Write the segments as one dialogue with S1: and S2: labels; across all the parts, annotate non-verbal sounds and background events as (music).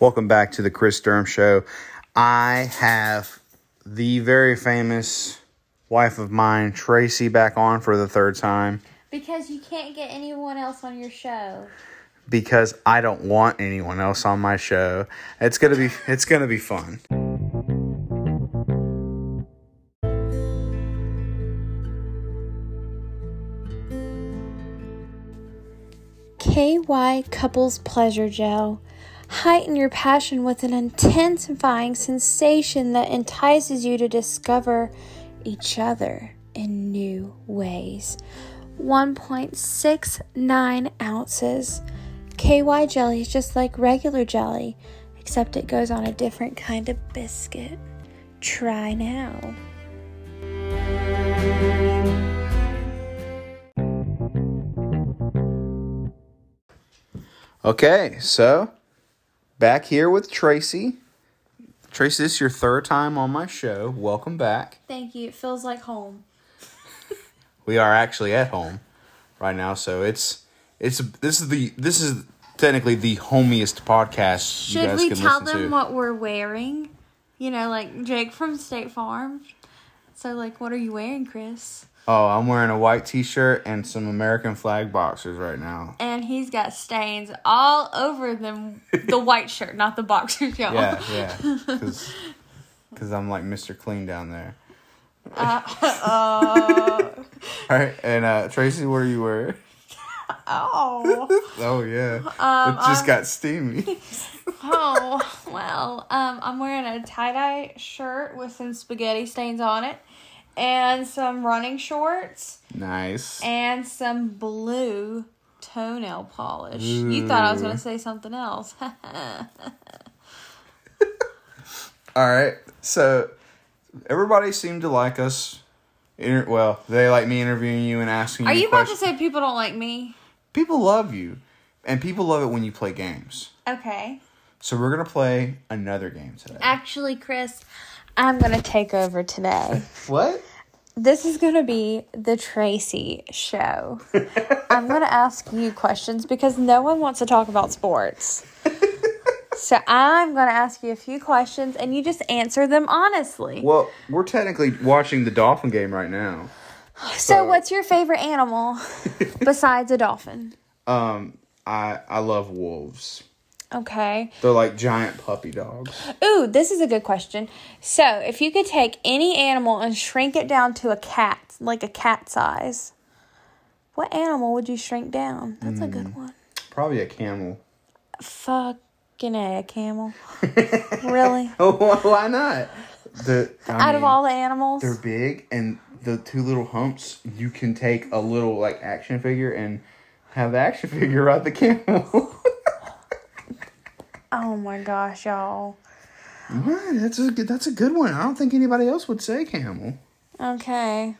S1: Welcome back to the Chris Durham Show. I have the very famous wife of mine, Tracy, back on for the third time
S2: Because you can't get anyone else on your show.
S1: because I don't want anyone else on my show. It's gonna be it's gonna be fun.
S2: KY Couples Pleasure Gel. Heighten your passion with an intensifying sensation that entices you to discover each other in new ways. 1.69 ounces. KY jelly is just like regular jelly, except it goes on a different kind of biscuit. Try now.
S1: Okay, so back here with Tracy. Tracy, this is your third time on my show. Welcome back.
S2: Thank you. It feels like home.
S1: We are actually at home right now, so it's it's this is the this is technically the homiest podcast you
S2: Should
S1: guys
S2: we
S1: can
S2: tell
S1: listen
S2: them
S1: to.
S2: what we're wearing? You know, like Jake from State Farm. So, like, what are you wearing, Chris?
S1: Oh, I'm wearing a white t-shirt and some American flag boxers right now.
S2: And he's got stains all over them.
S1: (laughs)
S2: The white shirt, not the boxer shell.
S1: Yeah, yeah. Because I'm like Mr. Clean down there.
S2: Uh,
S1: (laughs) All right, and uh, Tracy, where you were?
S2: (laughs) Oh.
S1: Oh yeah,
S2: Um,
S1: it just got
S2: (laughs)
S1: steamy.
S2: oh. Well, um, I'm wearing a tie dye shirt with some spaghetti stains on it, and some running shorts,
S1: Nice.
S2: and some blue toenail polish. You thought I was going to say something else. (laughs)
S1: All right, so everybody seemed to like us. Inter- well, they like me interviewing you and asking
S2: Are
S1: you,
S2: you about
S1: questions.
S2: to say people don't like me?
S1: People love you, and people love it when you play games.
S2: Okay.
S1: So we're gonna play another game today.
S2: Actually, Chris, I'm going to take over today.
S1: What?
S2: (laughs) this is going to be the Tracy show. I'm going to ask you questions because no one wants to talk about sports. so I'm going to ask you a few questions and you just answer them honestly.
S1: Well, we're technically watching the Dolphin game right now.
S2: so, what's your favorite animal besides a dolphin?
S1: Um, I I love wolves.
S2: Okay.
S1: They're like giant puppy dogs.
S2: Ooh, this is a good question. So, if you could take any animal and shrink it down to a cat, like a cat size, what animal would you shrink down? That's a good one.
S1: Probably a camel. (laughs)
S2: Fucking A, a camel. really?
S1: Oh, Why not? The
S2: Out of all the animals?
S1: they're big, and the two little humps. You can take a little like action figure and have the action (laughs) figure ride the camel. (laughs)
S2: Oh my gosh, y'all.
S1: Man, that's a good, that's a good one. I don't think anybody else would say camel.
S2: Okay.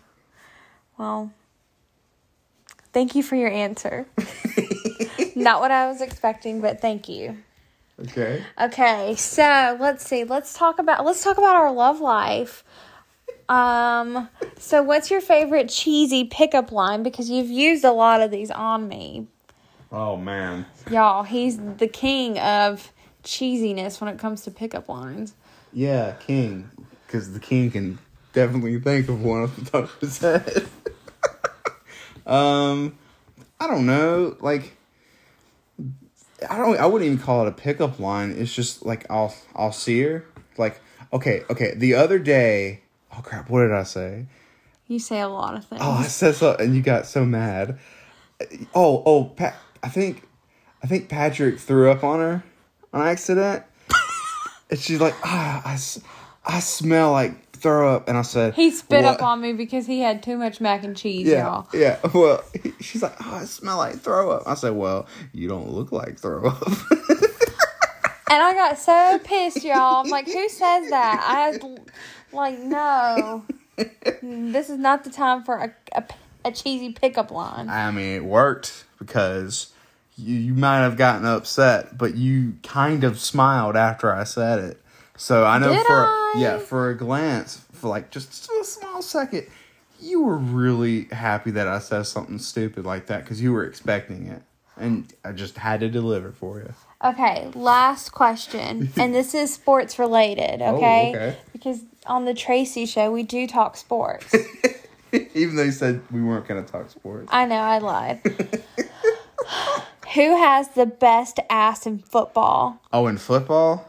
S2: Well, thank you for your answer. Not what I was expecting, but thank you.
S1: Okay.
S2: Okay, so let's see. Let's talk about let's talk about our love life. Um, so what's your favorite cheesy pickup line? Because you've used a lot of these on me.
S1: Oh man.
S2: Y'all, he's the king of cheesiness when it comes to pickup lines.
S1: Yeah, king. Because the king can definitely think of one off the top of his head. (laughs) um, I don't know. Like, I don't. I wouldn't even call it a pickup line. It's just like I'll I'll see her. Like, okay, okay. The other day, oh crap, what did I say?
S2: You say a lot of things.
S1: Oh, I said so, and you got so mad. Oh, oh, Pat. I think, I think Patrick threw up on her on
S2: (laughs)
S1: accident, and she's like, ah, I, s- I smell like throw up, and I said
S2: he spit up
S1: "What?"
S2: on me because he had too much mac and cheese,
S1: Yeah,
S2: y'all.
S1: yeah. (laughs) Well, he- she's like, oh, I smell like throw up. I said, well, you don't look like throw up.
S2: And I got so pissed, y'all. I'm like, who says that? I was
S1: (laughs)
S2: like, no. This is not the time for a, a, a cheesy pickup line.
S1: I mean, it worked because you, you might have gotten upset, but you kind of smiled after I said it. So I know
S2: Did
S1: for
S2: I?
S1: yeah, for a glance, for like just a small second, you were really happy that I said something stupid like that because you were expecting it. and I just had to deliver for you. (laughs)
S2: Okay, last question. and this is sports related, okay?
S1: Oh, okay.
S2: Because on the Tracy show, we do
S1: (laughs)
S2: talk sports.
S1: Even though you said we weren't gonna talk sports.
S2: I know, I lied.
S1: (laughs)
S2: Who has the best ass in football?
S1: Oh, in football.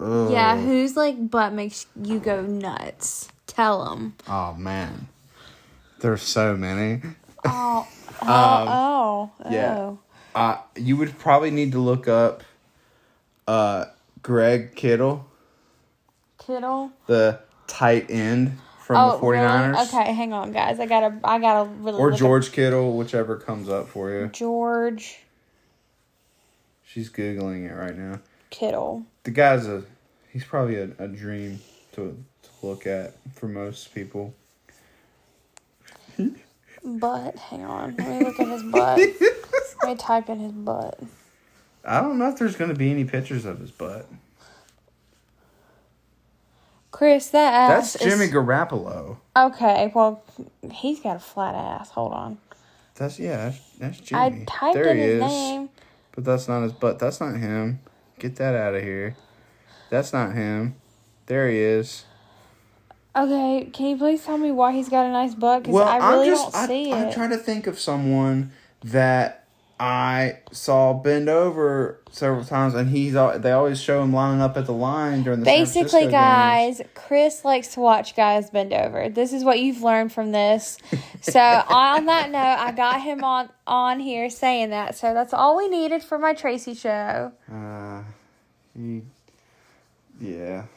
S1: Uh.
S2: Yeah, whose like butt makes you go nuts? Tell them.
S1: Oh man, there's so many.
S2: Oh, oh, oh,
S1: Um, yeah.
S2: oh.
S1: Uh, you would probably need to look up, uh, Greg Kittle,
S2: Kittle.
S1: the tight end from
S2: Oh,
S1: the 49ers,
S2: really? Okay, hang on, guys. I gotta, I gotta really.
S1: or
S2: look up
S1: George Kittle, whichever comes up for you.
S2: George
S1: She's googling it right now.
S2: Kittle.
S1: The guy's a, he's probably a, a dream to to look at for most people.
S2: Butt. Hang on. Let me look at his butt.
S1: (laughs)
S2: Let me type in his butt.
S1: I don't know if there's gonna be any pictures of his butt.
S2: Chris, that ass.
S1: That's Jimmy
S2: Is,
S1: Garoppolo.
S2: okay, well, he's got a flat ass. Hold on.
S1: That's yeah. That's, that's Jimmy.
S2: I typed
S1: there
S2: in
S1: he
S2: his
S1: is.
S2: name.
S1: But that's not his butt. That's not him. Get that out of here. That's not him. There he is.
S2: Okay, can you please tell me why he's got a nice butt? Because
S1: Well,
S2: I really
S1: am just
S2: don't see
S1: I, am
S2: it.
S1: trying to think of someone that I saw bend over several times, and he's al- they always show him lining up at the line during the San
S2: Basically,
S1: Francisco games.
S2: guys, Chris likes to watch guys bend over. This is what you've learned from this. So,
S1: (laughs)
S2: on that note, I got him on on here saying that. So that's all we needed for my Tracy show.
S1: Uh, he, yeah. (laughs)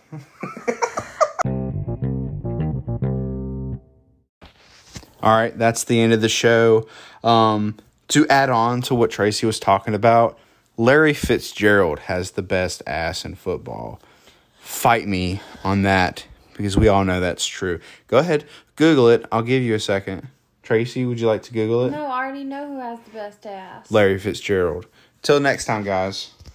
S1: All right, that's the end of the show. Um, to add on to what Tracy was talking about, Larry Fitzgerald has the best ass in football. Fight me on that because we all know that's true. Go ahead, Google it. I'll give you a second. Tracy, would you like to Google it?
S2: No, I already know who has the best ass.
S1: Larry Fitzgerald. Till next time, guys.